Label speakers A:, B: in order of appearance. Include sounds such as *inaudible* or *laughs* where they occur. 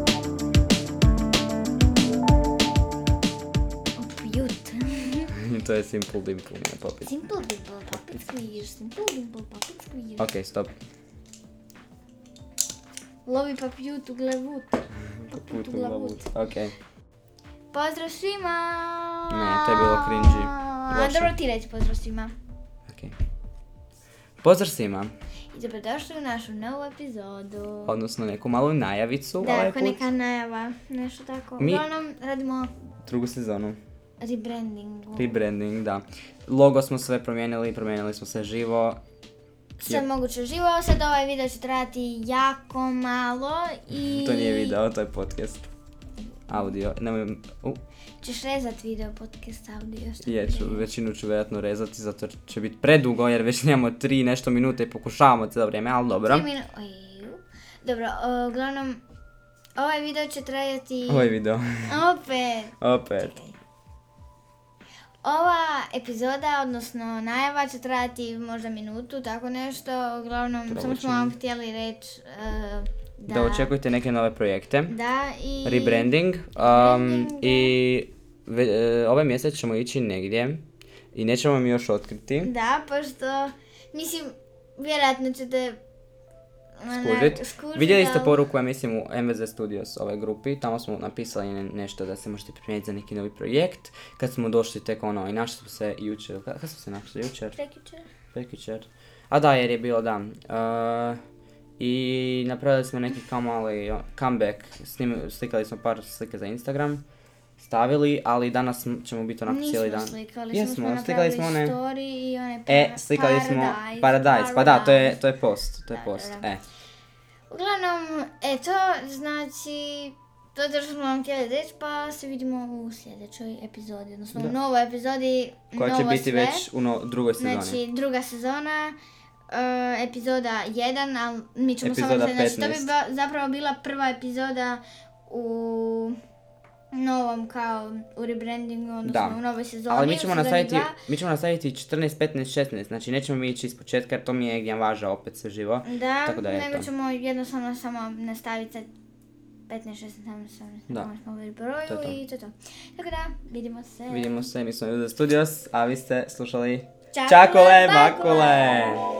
A: *laughs* to je Simple Dimple, nie Poppy.
B: Simple Dimple Puppet Squeeze, Simple Dimple Puppet Squeeze.
A: Okej, stop.
B: Lovi papiutu glavut. Papiutu glavut.
A: Okej.
B: Pozdrav svima!
A: Ne, to je bilo cringy. Loše.
B: Dobro ti reći pozdrav svima.
A: Okej. Pozdrav svima,
B: I dobrodošli u našu novu epizodu.
A: odnosno neku malu najavicu
B: Da,
A: ovaj
B: ako
A: put.
B: neka najava, nešto tako.
A: Mi-
B: Uglavnom radimo
A: Drugu sezonu,
B: rebrandingu.
A: rebranding, da. Logo smo sve promijenili, promijenili smo sve živo.
B: Sve moguće živo, sad ovaj video će trajati jako malo i...
A: To nije video, to je podcast. Audio, nemoj, u,
B: Ćeš rezat video podcast audio. šta
A: je, ću,
B: bude.
A: većinu ću vjerojatno rezati, zato jer će biti predugo, jer već nemamo tri nešto minute i pokušavamo cijelo vrijeme, ali dobro.
B: Tri minu- Oj, ju. Dobro, o, uglavnom, ovaj video će trajati...
A: Ovo je video, *laughs*
B: Opet!
A: opet.
B: Ova epizoda, odnosno najava će trajati možda minutu, tako nešto. Uglavnom, samo smo
A: ćemo.
B: vam htjeli reći e, da...
A: Da, očekujte neke nove projekte.
B: Da, i...
A: Rebranding. Um,
B: Rebranding,
A: I ve- e, ovaj mjesec ćemo ići negdje i nećemo mi još otkriti.
B: Da, pošto, mislim, vjerojatno ćete... ona,
A: Skužit.
B: skužit,
A: Vidjeli ste
B: ali-
A: poruku, ja mislim, u MVZ Studios ovoj grupi. Tamo smo napisali ne- nešto da se možete pripremiti za neki novi projekt. Kad smo došli tek ono i našli smo se jučer. Ka- Kad, smo se našli? Jučer?
B: Prekjučer.
A: Prekjučer. A da, jer je bilo da. Uh, I napravili smo neki kao mali o, comeback. Snim, slikali smo par slike za Instagram. Stavili, ali danas m- ćemo biti onako
B: Nismo
A: cijeli dan.
B: slikali,
A: Jesmo,
B: samo smo
A: slikali
B: napravili
A: smo one-
B: story i one
A: E,
B: pa-
A: slikali smo
B: paradise,
A: Paradise. Pa da, to je,
B: paradise.
A: to je post. To je
B: Da, da,
A: post.
B: da.
A: E.
B: Uglavnom, eto, znači, to je to što smo vam htjeli reći, pa se vidimo u sljedećoj epizodi, odnosno u novoj epizodi,
A: Koja će
B: novo
A: biti
B: sve.
A: već u no- drugoj sezoni.
B: Znači, druga sezona, e, epizoda 1, ali mi ćemo
A: Epizoda
B: samo se, znači, to
A: 15.
B: bi ba- zapravo bila prva epizoda u novom kao u rebrandingu, odnosno
A: Da.
B: u novoj sezoni.
A: Ali
B: u
A: mi ćemo,
B: sezoni
A: nastaviti,
B: dva.
A: mi ćemo nastaviti 14, 15, 16, znači nećemo mi ići iz početka jer to mi je važa opet sve živo.
B: Da,
A: Tako da,
B: nego
A: eto.
B: ćemo jednostavno samo nastaviti sa 15, 16, 17, 18,
A: Da.
B: da. smo već broju
A: To je to.
B: i to je to. Tako da, vidimo se.
A: Vidimo se, mi smo Studios, a vi ste slušali
B: Čakule
A: Čakole
B: Bakule!
A: Makule!